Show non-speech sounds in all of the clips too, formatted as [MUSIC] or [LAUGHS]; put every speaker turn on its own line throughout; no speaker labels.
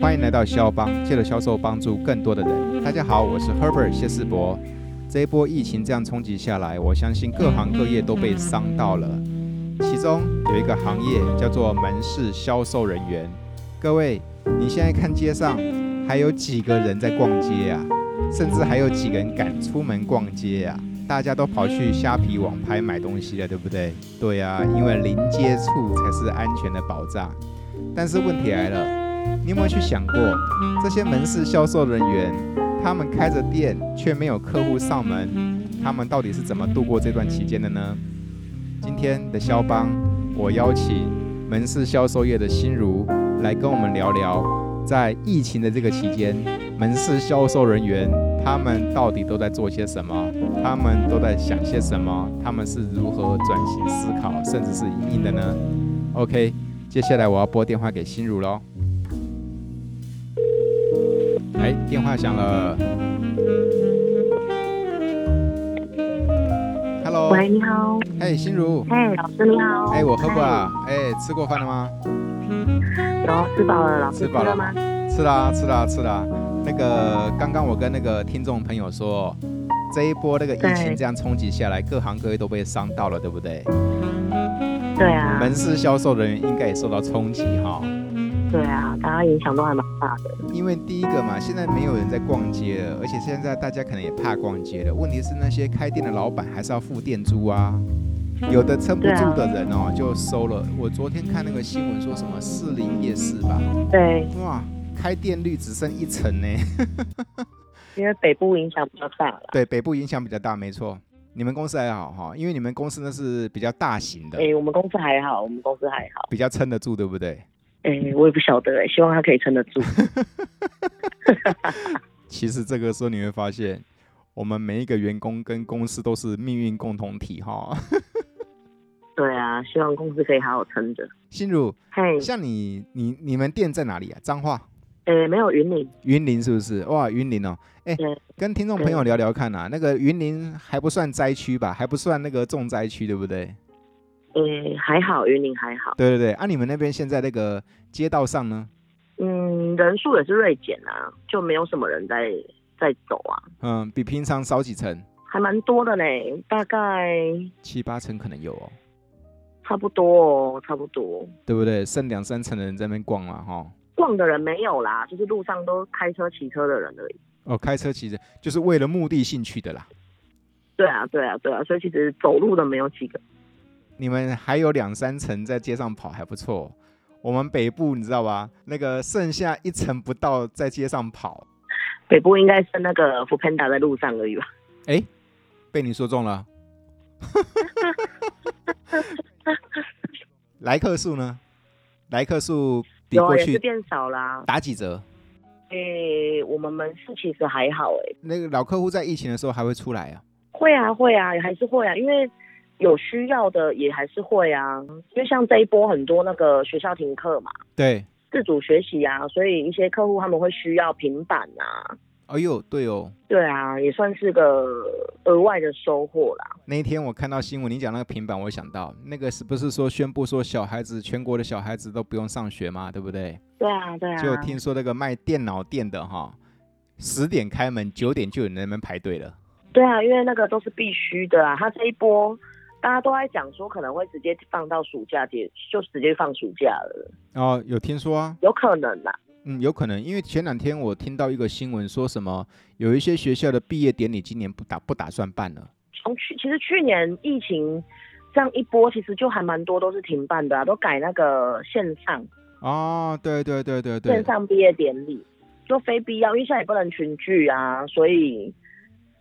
欢迎来到肖邦，借着销售帮助更多的人。大家好，我是 Herbert 谢世博。这一波疫情这样冲击下来，我相信各行各业都被伤到了。其中有一个行业叫做门市销售人员。各位，你现在看街上还有几个人在逛街啊？甚至还有几个人敢出门逛街啊？大家都跑去虾皮网拍买东西了，对不对？对啊，因为零接触才是安全的保障。但是问题来了，你有没有去想过，这些门市销售人员，他们开着店却没有客户上门，他们到底是怎么度过这段期间的呢？今天的肖邦，我邀请门市销售业的心如来跟我们聊聊，在疫情的这个期间，门市销售人员他们到底都在做些什么？他们都在想些什么？他们是如何转型思考，甚至是营运的呢？OK，接下来我要拨电话给心如喽。哎，电话响了。Hello，
喂，你好，
哎，心如，
哎，老师你好，
哎，我喝过啊，哎，吃过饭了吗？
哎，有吃饱了，老师
吃饱了
吗？
吃啦、吃啦、吃啦、那个刚刚我跟那个听众朋友说，这一波那个疫情
对
这样冲击下来，各行各业都被伤到了，对不对？
对啊，
门市销售人员应该也受到冲击哈、
对啊，大家影响都还蛮大的，
因为第一个嘛，现在没有人在逛街了，而且现在大家可能也怕逛街了。问题是那些开店的老板还是要付店租啊，有的撑不
对啊
住的人哦就收了。我昨天看那个新闻说什么士林夜市吧，
对，
哇，开店率只剩一成呢。
因为北部影响比较大了，
对，北部影响比较大，没错。你们公司还好哈，因为你们公司那是比较大型的，
哎，我们公司还好，我们公司还好，
比较撑得住，对不对？
哎，我也不晓得，哎，希望他可以撑
[LAUGHS]
得住，
其实这个时候你会发现，我们每一个员工跟公司都是命运共同体哈。 [LAUGHS]
对啊，希望公司可以好好撑着，
心如，
嘿，
像你，你你们店在哪里啊？彰化、
哎，没有云岭，
云林是不是？哇，云林哦，哎
对，
跟听众朋友聊聊看啊，那个云林还不算灾区吧，还不算那个重灾区，对不对？
哎，还好，云岭还好，
对对对，啊，你们那边现在那个街道上呢？
嗯，人数也是锐减啊，就没有什么人在在走啊，
嗯，比平常少几层，
还蛮多的嘞，大概
七八层可能有哦。
差不多哦，差不多。
对不对？剩两三层的人在那边逛了哈。
逛的人没有啦，就是路上都开车、骑车的人而已。
哦，开车其实就是为了目的性去的啦。
对啊，对啊，对啊，所以其实走路的没有几个。
你们还有两三层在街上跑，还不错哦。我们北部你知道吧？那个剩下一层不到在街上跑，
北部应该是那个福 panda 在路上而已吧？
被你说中了。 [LAUGHS] 来客数呢？来客数比
有
过
啊，也是
去
变少啦。
打几折？
诶、我们门市其实还好诶、
那个老客户在疫情的时候还会出来啊？
会啊，会啊，还是会啊，因为有需要的也还是会啊。因为像这一波很多那个学校停课嘛，
对，
自主学习啊，所以一些客户他们会需要平板啊。
哎呦，对哦，
对啊，也算是个额外的收获啦。
那一天我看到新闻，你讲那个平板，我想到那个是不是说宣布说小孩子全国的小孩子都不用上学嘛，对不对？
对啊，对啊。
就听说那个卖电脑店的哈，十点开门，九点就有人在那边排队了。
对啊，因为那个都是必须的啊。他这一波大家都在讲说可能会直接放到暑假结，就直接放暑假了，
哦，有听说啊，
有可能啦。
嗯，有可能，因为前两天我听到一个新闻，说什么有一些学校的毕业典礼今年不打不打算办了。
从去其实去年疫情这样一波，其实就还蛮多都是停办的啊，都改那个线上
哦，对对对对对
线，上毕业典礼，就非必要，因为现在也不能群聚啊，所以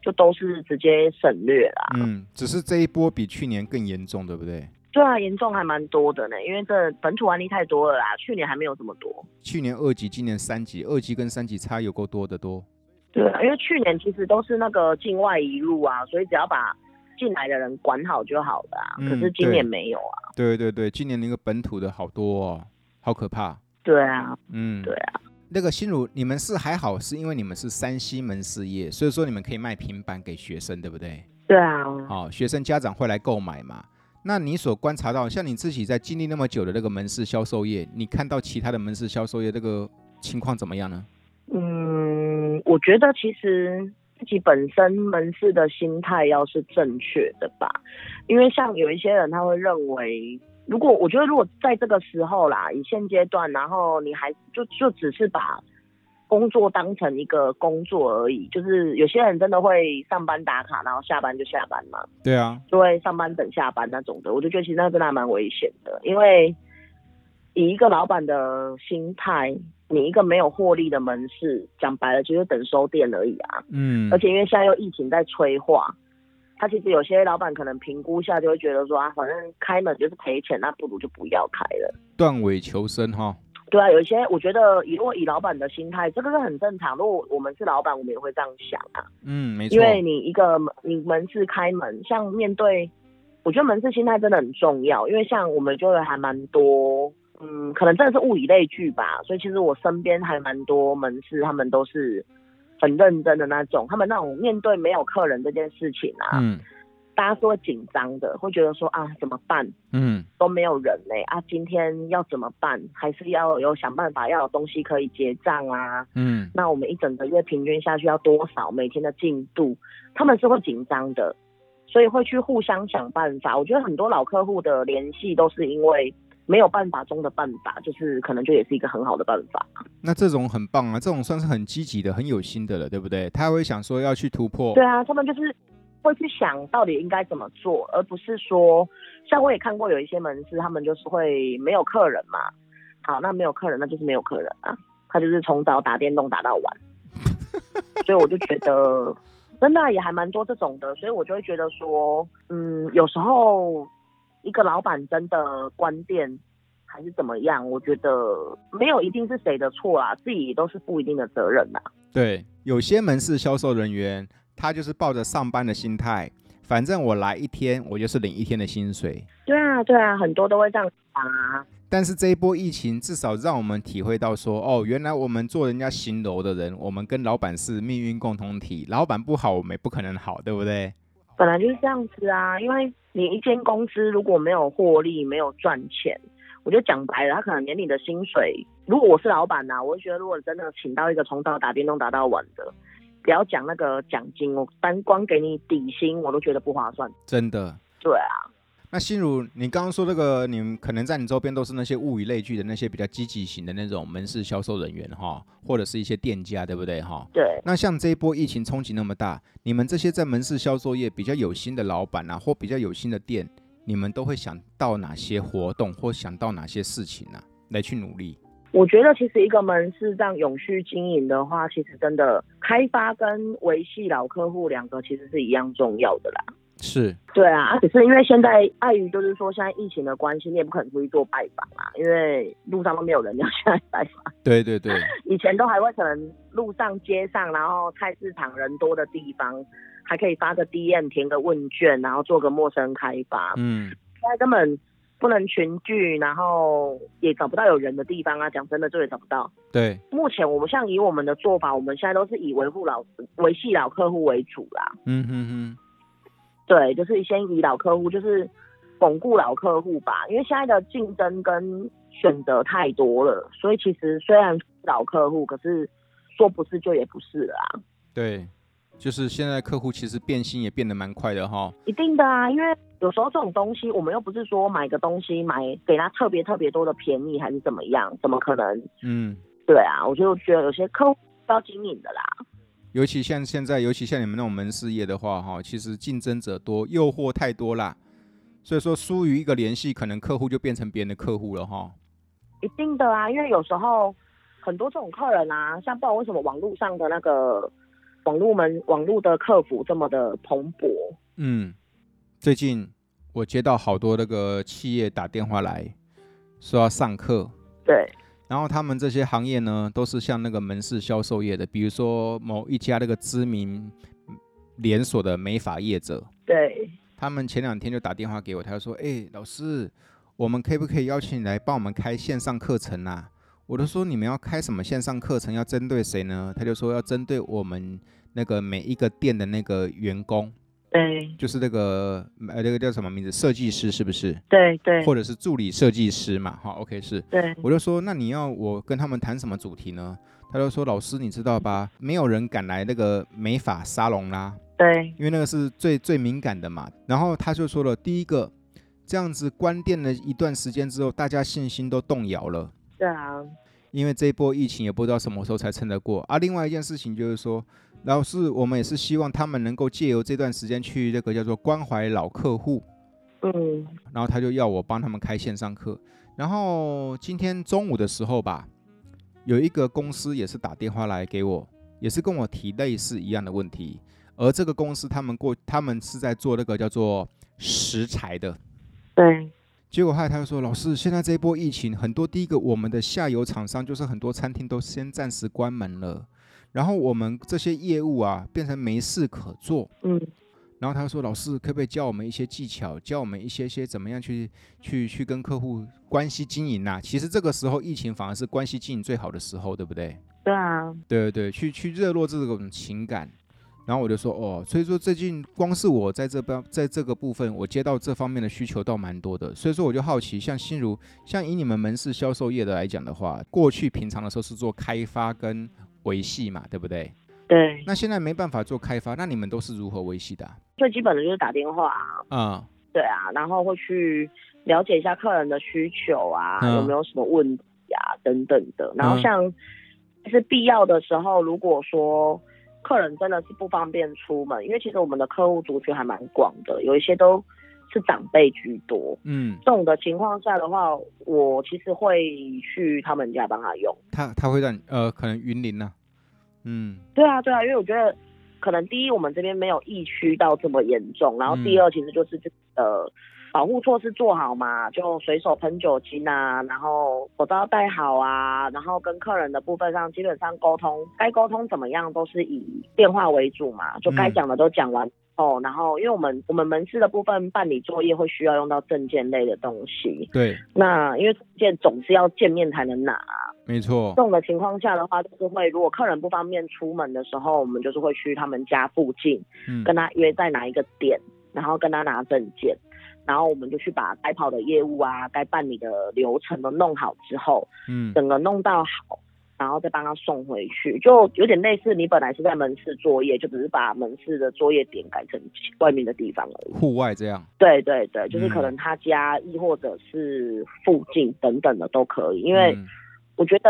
就都是直接省略啦。
嗯，只是这一波比去年更严重，对不对？
对啊，严重还蛮多的呢，因为这本土案例太多了啦，去年还没有这么多。
去年二级，今年三级，二级跟三级差有够多的多。
对啊，因为去年其实都是那个境外移入啊，所以只要把进来的人管好就好了啊。
嗯
可是今年没有啊。
对对对，今年那个本土的好多哦，好可怕。
对啊，
嗯，
对啊。
那个心如，你们是还好，是因为你们是山西门事业，所以说你们可以卖平板给学生，对不对？
对啊，
好、学生家长会来购买嘛。那你所观察到，像你自己在经历那么久的那个门市销售业，你看到其他的门市销售业这个情况怎么样呢？
嗯，我觉得其实自己本身门市的心态要是正确的吧，因为像有一些人他会认为，如果我觉得如果在这个时候啦，以现阶段，然后你还就就只是把工作当成一个工作而已，就是有些人真的会上班打卡，然后下班就下班嘛，
对啊，
就会上班等下班那种的，我就觉得其实那真的还蛮危险的，因为以一个老板的心态，你一个没有获利的门市，讲白了就是等收店而已啊。
嗯，
而且因为现在又疫情在催化，他其实有些老板可能评估下就会觉得说啊，反正开门就是赔钱，那不如就不要开了。
断尾求生哈，
对啊，有一些我觉得以如果以老板的心态，这个是很正常。如果我们是老板，我们也会这样想啊。
嗯，没错
因，为你一个门你门市开门，像面对，我觉得门市心态真的很重要，因为像我们就有还蛮多，嗯，可能真的是物以类聚吧，所以其实我身边还蛮多门市，他们都是很认真的那种，他们那种面对没有客人这件事情啊，
嗯
大家是会紧张的，会觉得说啊怎么办
嗯
都没有人嘞、啊今天要怎么办，还是要有想办法要有东西可以结账啊，
嗯，
那我们一整个月平均下去要多少每天的进度，他们是会紧张的，所以会去互相想办法。我觉得很多老客户的联系都是因为没有办法中的办法，就是可能就也是一个很好的办法。
那这种很棒啊，这种算是很积极的、很有心的了，对不对？他会想说要去突破，
对啊，他们就是会去想到底应该怎么做，而不是说，像我也看过有一些门市，他们就是会没有客人嘛，好，那没有客人，那就是没有客人啊，他就是从早打电动打 [LAUGHS] 到晚，所以我就觉得真的也还蛮多这种的，所以我就会觉得说，嗯，有时候一个老板真的关店。还是怎么样？我觉得没有一定是谁的错啊，自己都是负一定的责任啊啦、
对，有些门市销售人员，他就是抱着上班的心态，反正我来一天，我就是领一天的薪水。
对啊，对啊，很多都会这样想啊。
但是这一波疫情，至少让我们体会到说，哦，原来我们做人家行楼的人，我们跟老板是命运共同体，老板不好，我们也不可能好，对不对？
本来就是这样子啊，因为你一间公司如果没有获利、没有赚钱，我就讲白了，他可能连你的薪水，如果我是老板呐、我会觉得如果真的请到一个从早打电动打到晚的，不要讲那个奖金，我单光给你底薪，我都觉得不划算。
真的。
对啊，
那心如，你刚刚说这个，你们可能在你周边都是那些物以类聚的那些比较积极型的那种门市销售人员哈，或者是一些店家，对不对哈？
对，
那像这一波疫情冲击那么大，你们这些在门市销售业比较有心的老板啊，或比较有心的店，你们都会想到哪些活动或想到哪些事情啊，来去努力？
我觉得其实一个门市这样永续经营的话，其实真的开发跟维系老客户两个其实是一样重要的啦。
是，
对啊，啊只是因为现在碍于就是说现在疫情的关系，你也不可能出去做拜访啊，因为路上都没有人要下来拜访。 [LAUGHS]
对对对，
以前都还会可能路上、街上，然后菜市场人多的地方，还可以发个 DM 填个问卷，然后做个陌生开发。
嗯，
现在根本不能群聚，然后也找不到有人的地方啊。讲真的，就也找不到。
对，
目前我们像以我们的做法，我们现在都是以维护老、维系老客户为主啦。
嗯哼哼，
对，就是先以老客户，就是巩固老客户吧，因为现在的竞争跟选择太多了，所以其实虽然是老客户，可是说不是就也不是了啊，
对，就是现在客户其实变心也变得蛮快的哈，
一定的啊，因为有时候这种东西，我们又不是说买个东西买给他特别特别多的便宜还是怎么样，怎么可能？
嗯，
对啊，我就觉得有些客户是要经营的啦，
尤其像现在，尤其像你们那种门市业的话，哈，其实竞争者多，诱惑太多啦，所以说疏于一个联系，可能客户就变成别人的客户了哈，
一定的啊，因为有时候很多这种客人啊，像不知道为什么网络上的那个网络门网络的客服这么的蓬勃，
嗯，最近我接到好多那个企业打电话来，说要上课，
对
然后他们这些行业呢，都是像那个门市销售业的，比如说某一家那个知名连锁的美发业者，
对，
他们前两天就打电话给我，他就说：“哎、老师，我们可不可以邀请你来帮我们开线上课程啊？”我都说你们要开什么线上课程，要针对谁呢？他就说要针对我们那个每一个店的那个员工，
对
就是那个呃那个叫什么名字，设计师是不是？
对对嗯
或者是助理设计师嘛？哈，OK 是。
对，
我就说，那你要我跟他们谈什么主题呢？他就说，老师你知道吧，没有人敢来那个美发沙龙啦，
对
因为那个是最最敏感的嘛。然后他就说了，第一个，这样子关店了一段时间之后，大家信心都动摇了。
对啊，
因为这一波疫情也不知道什么时候才撑得过啊。另外一件事情就是说，老师，我们也是希望他们能够借由这段时间去那个叫做关怀老客户，
嗯
然后他就要我帮他们开线上课。然后今天中午的时候吧，有一个公司也是打电话来给我，也是跟我提类似一样的问题。而这个公司他们过，他们是在做那个叫做食材的，
对
结果后来他就说：“老师，现在这一波疫情，很多第一个我们的下游厂商就是很多餐厅都先暂时关门了，然后我们这些业务啊变成没事可做。
嗯
然后他说：老师，可不可以教我们一些技巧，教我们一些些怎么样去去去跟客户关系经营啊？其实这个时候疫情反而是关系经营最好的时候，对不对？
对啊，
对对对，去去热络这种情感。然后我就说哦，所以说最近光是我在这边在这个部分，我接到这方面的需求倒蛮多的。所以说我就好奇，像心如，像以你们门市销售业的来讲的话，过去平常的时候是做开发跟维系嘛，对不对？
对，
那现在没办法做开发，那你们都是如何维系的啊？
最基本的就是打电话啊，
嗯
对啊，然后会去了解一下客人的需求啊，
嗯
有没有什么问题啊等等的。然后
嗯
像就是必要的时候，如果说客人真的是不方便出门，因为其实我们的客户族群还蛮广的，有一些都是长辈居多。
嗯，
这种的情况下的话，我其实会去他们家帮他用。
他他会让你呃，可能云林呢、嗯
对啊，对啊，因为我觉得可能第一，我们这边没有疫区到这么严重，然后
嗯
第二，其实就是这呃保护措施做好嘛，就随手喷酒精啊，然后口罩戴好啊，然后跟客人的部分上，基本上沟通该沟通怎么样都是以电话为主嘛，就该
嗯
讲的都讲完。哦，然后因为我们我们门市的部分办理作业会需要用到证件类的东西，
对，
那因为证件总是要见面才能拿，
没错
这，种的情况下的话，就是会如果客人不方便出门的时候，我们就是会去他们家附近
嗯
跟他约在哪一个点，然后跟他拿证件，然后我们就去把该跑的业务啊、该办理的流程都弄好之后，
嗯
整个弄到好，然后再帮他送回去，就有点类似你本来是在门市作业，就只是把门市的作业点改成外面的地方而已。
户外这样，
对对对，就是
嗯
可能他家亦或者是附近等等的都可以，因为。
嗯
我觉得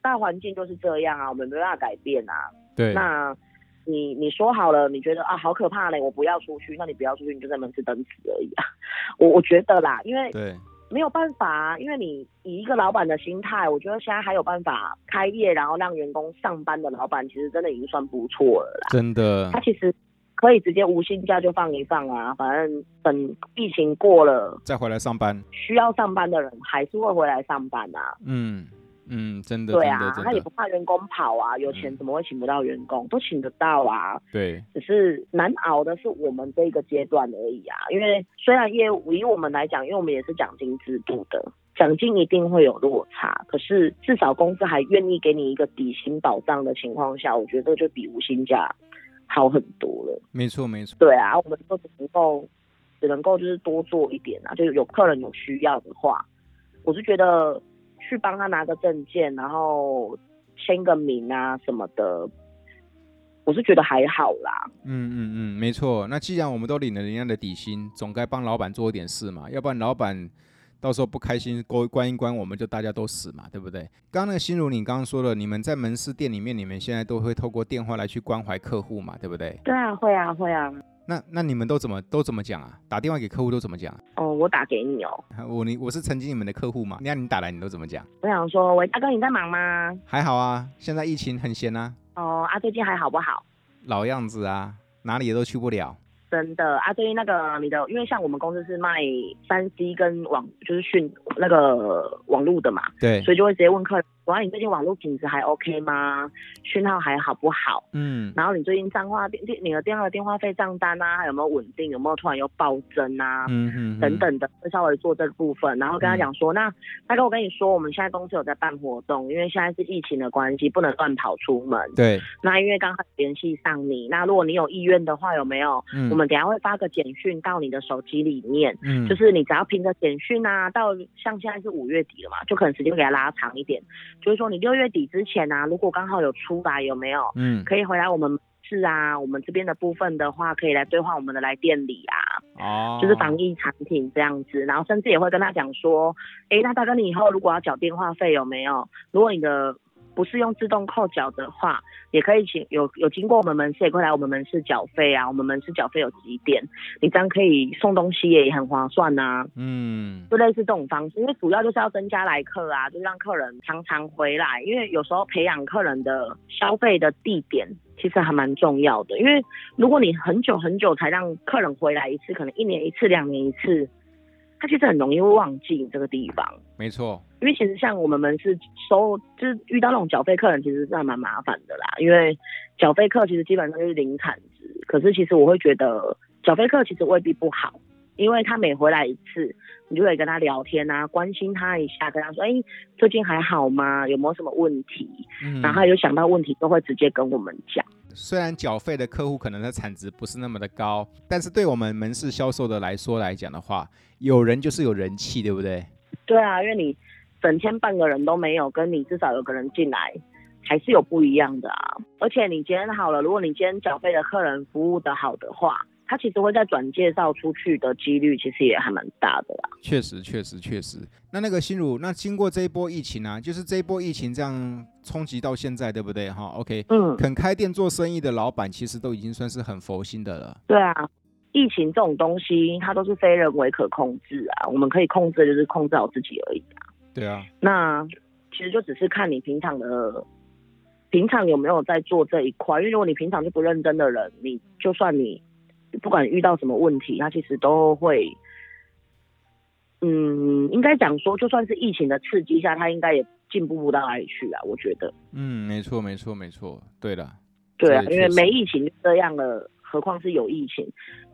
大环境就是这样啊，我们没办法改变啊。
对，
那你你说好了，你觉得啊好可怕嘞，我不要出去，那你不要出去，你就在门市等死而已啊。 [LAUGHS] 我我觉得啦，因为
对，
没有办法啊，因为你以一个老板的心态，我觉得现在还有办法开业，然后让员工上班的老板，其实真的已经算不错了啦。
真的
他其实可以直接无薪假就放一放啊，反正等疫情过了，
再回来上班，
需要上班的人还是会回来上班啊。
嗯嗯，真的，
对
真
啊
的，真
他也
的
不怕员工跑啊，有
嗯
钱怎么会请不到员工？都请得到啊，
对，
只是难熬的是我们这个阶段而已啊。因为虽然业务以我们来讲，因为我们也是奖金制度的，奖金一定会有落差，可是至少公司还愿意给你一个底薪保障的情况下，我觉得就比无薪假好很多了。
没错没错，
对啊，我们就只能够只能够就是多做一点啊，就是有客人有需要的话，我是觉得去帮他拿个证件，然后签个名啊什么的，我是觉得还好啦。
嗯嗯嗯，没错。那既然我们都领了人家的底薪，总该帮老板做一点事嘛，要不然老板到时候不开心，关关一关，我们就大家都死嘛，对不对？刚刚那个心如，你刚刚说了，你们在门市店里面，你们现在都会透过电话来去关怀客户嘛，对不对？
对啊，会啊，会啊。
那那你们都怎么都怎么讲啊？打电话给客户都怎么讲、
哦，我打给你哦。
啊？我你我是曾经你们的客户嘛，那你打来你都怎么讲？
我想说，喂，大哥你在忙吗？
还好啊，现在疫情很闲啊，
哦，啊，最近还好不好？
老样子啊，哪里也都去不了。
真的啊，对于那个你的，因为像我们公司是卖三 C 跟网，就是讯那个网络的嘛，
对，
所以就会直接问客人哇，你最近网络品质还 OK 吗？讯号还好不好？
嗯
然后你最近账话电电你的电话电话费账单啊，还有没有稳定？有没有突然又暴增啊？
嗯嗯，
等等的，会稍微做这个部分，然后跟他讲说，那大哥，我跟你说，我们现在公司有在办活动，因为现在是疫情的关系，不能乱跑出门。
对，
那因为刚好联系上你，那如果你有意愿的话，有没有？
嗯，
我们等一下会发个简讯到你的手机里面，
嗯
就是你只要凭着简讯啊，到像现在是五月底了嘛，就可能时间给它拉长一点，就是说你六月底之前啊，如果刚好有出来，有没有？
嗯
可以回来我们是啊，我们这边的部分的话，可以来兑换我们的来店里啊。
哦，
就是防疫产品这样子，然后甚至也会跟他讲说，诶，那大哥，你以后如果要缴电话费有没有？如果你的不是用自动扣缴的话，也可以请有有经过我们门市，也可以来我们门市缴费啊。我们门市缴费有几点，你这样可以送东西也很划算啊呐、
嗯
就类似这种方式，因为主要就是要增加来客啊，就让客人常常回来，因为有时候培养客人的消费的地点其实还蛮重要的，因为如果你很久很久才让客人回来一次，可能一年一次、两年一次，他其实很容易会忘记你这个地方。
没错，
因为其实像我们门市收，就是遇到那种缴费客人，其实是还蛮麻烦的啦。因为缴费客其实基本上就是零产值，可是其实我会觉得缴费客其实未必不好，因为他每回来一次，你就可以跟他聊天啊，关心他一下，跟他说，哎，最近还好吗？有没有什么问题？
嗯，
然后他有想到问题，都会直接跟我们讲。
虽然缴费的客户可能他产值不是那么的高，但是对我们门市销售的来说来讲的话，有人就是有人气，对不对？
对啊，因为你整天半个人都没有，跟你至少有个人进来，还是有不一样的啊。而且你今天好了，如果你今天缴费的客人服务的好的话，他其实会再转介绍出去的几率其实也还蛮大的啦。
确实，确实，确实。那那个心如，那经过这一波疫情啊，就是这一波疫情这样冲击到现在，对不对？哈，OK，
嗯，
肯开店做生意的老板其实都已经算是很佛心的了。
对啊。疫情这种东西，它都是非人为可控制啊，我们可以控制的就是控制好自己而已。
对啊，
那其实就只是看你平常的平常有没有在做这一块，因为如果你平常就不认真的人，你就算你不管遇到什么问题，他其实都会，嗯，应该讲说，就算是疫情的刺激下，他应该也进步不到哪里去啊，我觉得，
嗯，没错，没错，没错。对了，
对啊，
这个
因为
确实
没疫情就这样了，何况是有疫情，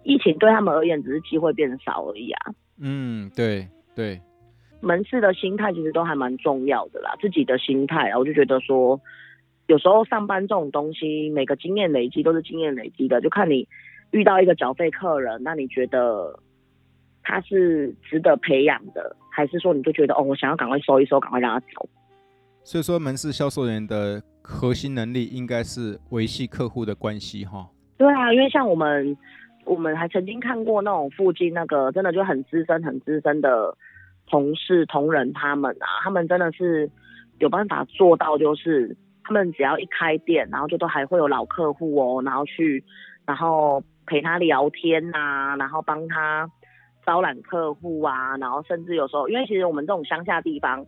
疫情对他们而言只是机会变少而已啊。
嗯，对对，
门市的心态其实都还蛮重要的啦，自己的心态啊，我就觉得说，有时候上班这种东西，每个经验累积都是经验累积的，就看你遇到一个缴费客人，那你觉得他是值得培养的，还是说你就觉得哦，我想要赶快收一收，赶快让他走？
所以说门市销售人员的核心能力应该是维系客户的关系，哈。
对啊，因为像我们，我们还曾经看过那种附近那个真的就很资深、很资深的同事、同仁他们啊，他们真的是有办法做到，就是他们只要一开店，然后就都还会有老客户哦，然后去，然后陪他聊天呐、然后帮他招揽客户啊，然后甚至有时候，因为其实我们这种乡下地方。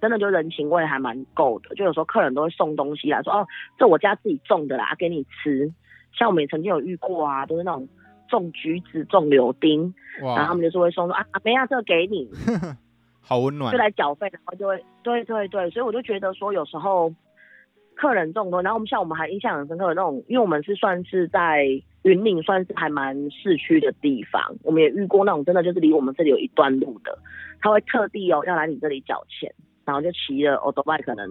真的就人情味还蛮够的，就有时候客人都会送东西来说，哦，这我家自己种的啦，给你吃。像我们也曾经有遇过啊，都是那种种橘子、种柳丁，然后他
哇
们，就是会说说啊，没啊，这个给你，
好温暖
就。来缴费，然后就会，对对对，所以我就觉得说，有时候客人这种东西，然后我们像我们还印象很深刻的那种，因为我们是算是在云岭，算是还蛮市区的地方，我们也遇过那种真的就是离我们这里有一段路的，他会特地哦要来你这里缴钱，然后就骑了 o t o b i 可能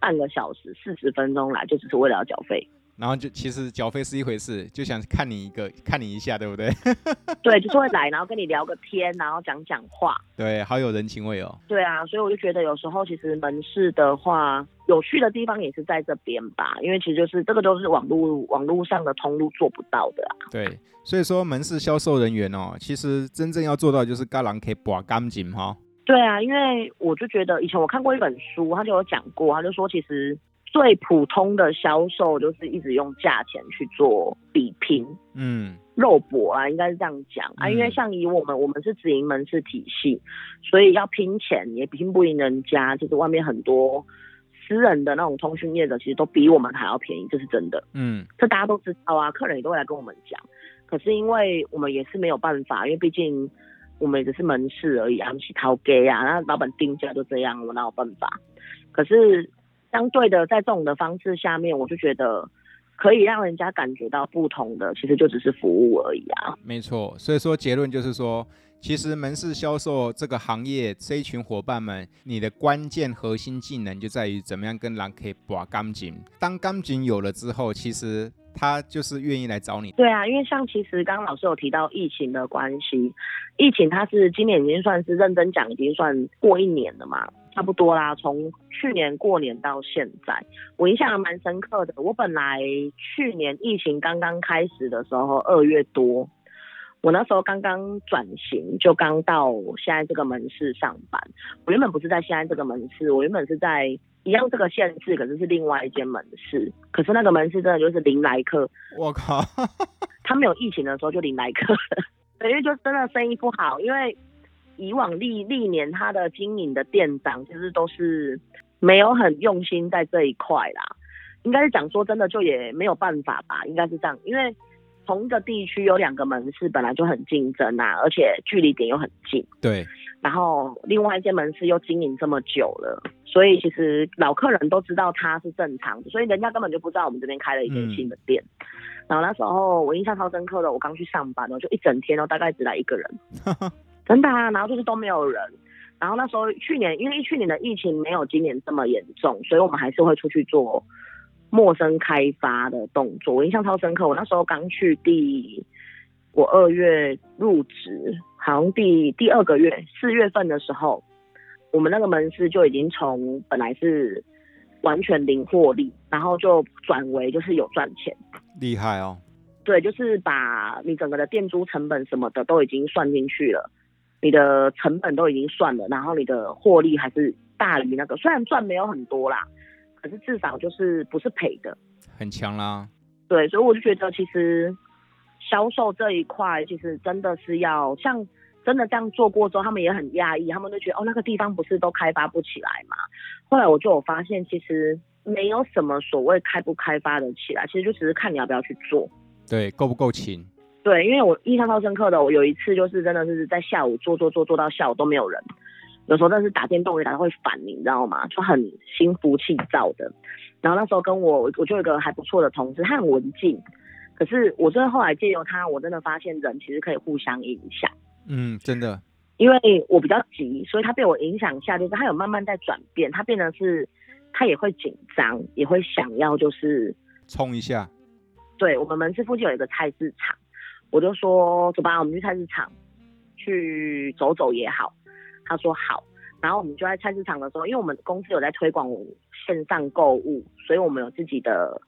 半个小时、四十分钟来，就只是为了要缴费。
然后就其实缴费是一回事，就想看你一个看你一下，对不 [LAUGHS] 对？
[LAUGHS] 对，就是会来，然后跟你聊个天，然后讲讲话。
对，好有人情味哦。
对啊，所以我就觉得有时候其实门市的话，有趣的地方也是在这边吧，因为其实就是这个都是网络网络上的通路做不到的、啊。
对，所以说门市销售人员哦，其实真正要做到就是嘎狼可以把干净哈。
对啊，因为我就觉得以前我看过一本书，他就有讲过，他就说其实最普通的销售就是一直用价钱去做比拼。
嗯
肉搏啊，应该是这样讲啊，
嗯
因为像以我们，我们是直营门市体系，所以要拼钱也拼不赢人家，就是外面很多私人的那种通讯业者，其实都比我们还要便宜，这是真的，
嗯，
这大家都知道啊，客人也都会来跟我们讲，可是因为我们也是没有办法，因为毕竟我们也只是门市而已啊，我们是掏给啊，那老板定价就这样，我哪有办法？可是相对的，在这种的方式下面，我就觉得可以让人家感觉到不同的，其实就只是服务而已啊。
没错，所以说结论就是说，其实门市销售这个行业这一群伙伴们，你的关键核心技能就在于怎么样跟人可以把钢筋。当钢筋有了之后，其实他就是愿意来找你。
对啊，因为像其实刚刚老师有提到疫情的关系，疫情它是今年已经算是认真讲已经算过一年了嘛，差不多啦。从去年过年到现在，我印象还蛮深刻的。我本来去年疫情刚刚开始的时候，二月多，我那时候刚刚转型，就刚到现在这个门市上班。我原本不是在现在这个门市，我原本是在一样这个县市，可是是另外一间门市。可是那个门市真的就是零来客，
我靠， [LAUGHS]
他们有疫情的时候就零来 [LAUGHS] 客了，对，因为就真的生意不好，因为以往历历年他的经营的店长其实都是没有很用心在这一块啦，应该是讲说真的就也没有办法吧，应该是这样，因为同一个地区有两个门市本来就很竞争啊，而且距离点又很近。
对，
然后另外一间门市又经营这么久了，所以其实老客人都知道它是正常的，所以人家根本就不知道我们这边开了一间新的店。然后那时候我印象超深刻的，我刚去上班哦，就一整天哦，大概只来一个人，真的啊，然后就是都没有人。然后那时候去年因为去年的疫情没有今年这么严重，所以我们还是会出去做陌生开发的动作。我印象超深刻，我那时候刚去第我二月入职，好像第第二个月四月份的时候，我们那个门市就已经从本来是完全零获利，然后就转为就是有赚钱。
厉害哦，
对，就是把你整个的店租成本什么的都已经算进去了，你的成本都已经算了，然后你的获利还是大于那个，虽然赚没有很多啦，可是至少就是不是赔的。
很强啦。
对，所以我就觉得其实销售这一块，其实真的是要像真的这样做过之后，他们也很压抑，他们就觉得哦那个地方不是都开发不起来嘛。后来我就有发现，其实没有什么所谓开不开发的起来，其实就只是看你要不要去做。
对，够不够勤？
对，因为我印象超深刻的，我有一次就是真的是在下午做做做做到下午都没有人，有时候但是打电动也打到会烦你，你知道吗？就很心浮气躁的。然后那时候跟我，我就有一个还不错的同事，他很文静，可是我真的后来借由他，我真的发现人其实可以互相影响。
嗯，真的，
因为我比较急，所以他被我影响下，就是他有慢慢在转变，他变得是，他也会紧张，也会想要就是
冲一下。
对我们门市附近有一个菜市场，我就说走吧，我们去菜市场去走走也好。他说好，然后我们就在菜市场的时候，因为我们公司有在推广线上购物，所以我们有自己的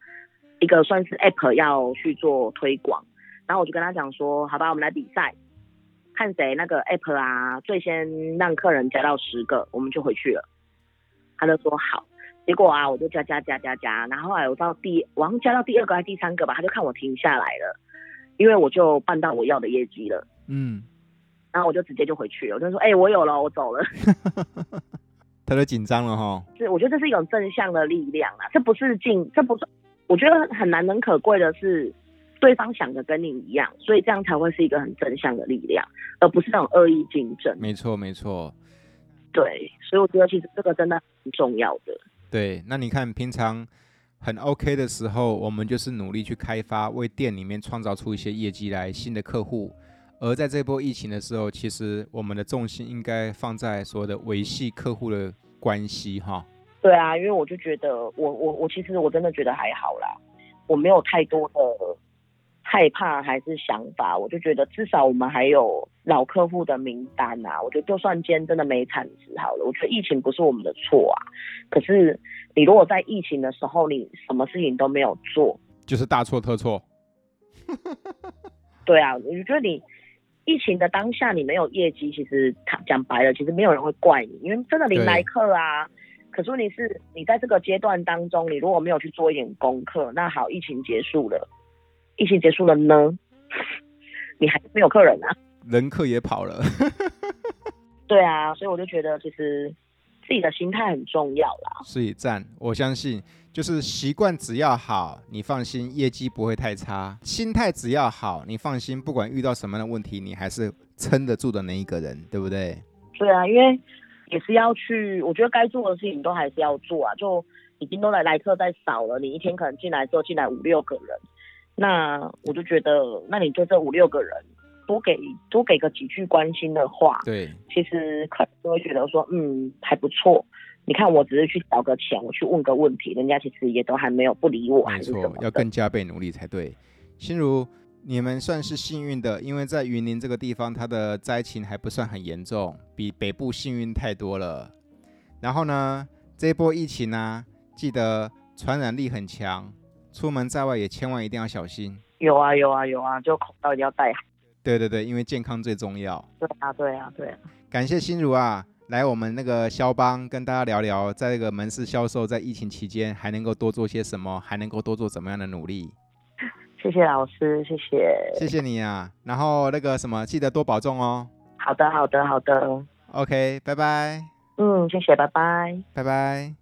一个算是 app 要去做推广。然后我就跟他讲说，好吧，我们来比赛，看谁那个 app 啊最先让客人加到十个，我们就回去了。他就说好。结果啊，我就加加加加加，然后后来我到第，我好像加到第二个还是第三个吧，他就看我停下来了，因为我就办到我要的业绩了，
嗯，
然后我就直接就回去了，我就说，哎、我有了，我走了。 [LAUGHS]
[LAUGHS] 他都紧张了哈。
是，我觉得这是一种正向的力量啊，这不是进，这不是，我觉得很难能可贵的是，对方想的跟你一样，所以这样才会是一个很正向的力量，而不是那种恶意竞争。
没错，没错。
对，所以我觉得其实这个真的很重要的。
对，那你看平常很 OK 的时候，我们就是努力去开发，为店里面创造出一些业绩来，新的客户。而在这波疫情的时候，其实我们的重心应该放在所谓的维系客户的关系哈。
对啊，因为我就觉得我我我其实我真的觉得还好啦，我没有太多的害怕还是想法，我就觉得至少我们还有老客户的名单啊。我觉得就算今天真的没产值好了，我觉得疫情不是我们的错啊。可是你如果在疫情的时候你什么事情都没有做，
就是大错特错。
对啊，我觉得你疫情的当下你没有业绩，其实他讲白了，其实没有人会怪你，因为真的零
对
来客啊。可是问题是，你在这个阶段当中，你如果没有去做一点功课，那好，疫情结束了，疫情结束了呢， [LAUGHS] 你还是没有客人啊。
人客也跑了，
对啊，所以我就觉得其实自己的心态很重要啦。
所以赞，我相信就是习惯只要好，你放心，业绩不会太差；心态只要好，你放心，不管遇到什么样的问题，你还是撑得住的那一个人，对不对？
对啊，因为也是要去，我觉得该做的事情都还是要做啊。就已经都来来客在少了，你一天可能进来之后进来五六个人，那我就觉得，那你对这五六个人多给多给个几句关心的话，
对，
其实客人就会觉得说，嗯，还不错。你看，我只是去找个钱，我去问个问题，人家其实也都还没有不理我，还
没
是什
错
么，
要
的。
更加倍努力才对。心如，你们算是幸运的，因为在云林这个地方，它的灾情还不算很严重，比北部幸运太多了。然后呢，这一波疫情呢、啊记得传染力很强，出门在外也千万一定要小心。
有啊有啊有啊，就口罩一定要戴好。
对对对，因为健康最重要。
对啊对啊对啊，
感谢心如啊，来我们那个肖邦跟大家聊聊，在这个门市销售在疫情期间还能够多做些什么，还能够多做怎么样的努力。
谢谢老师，谢谢。
谢谢你啊，然后那个什么，记得多保重哦。
好的好的好的，
OK，拜拜，
嗯，谢谢，拜拜。
拜拜。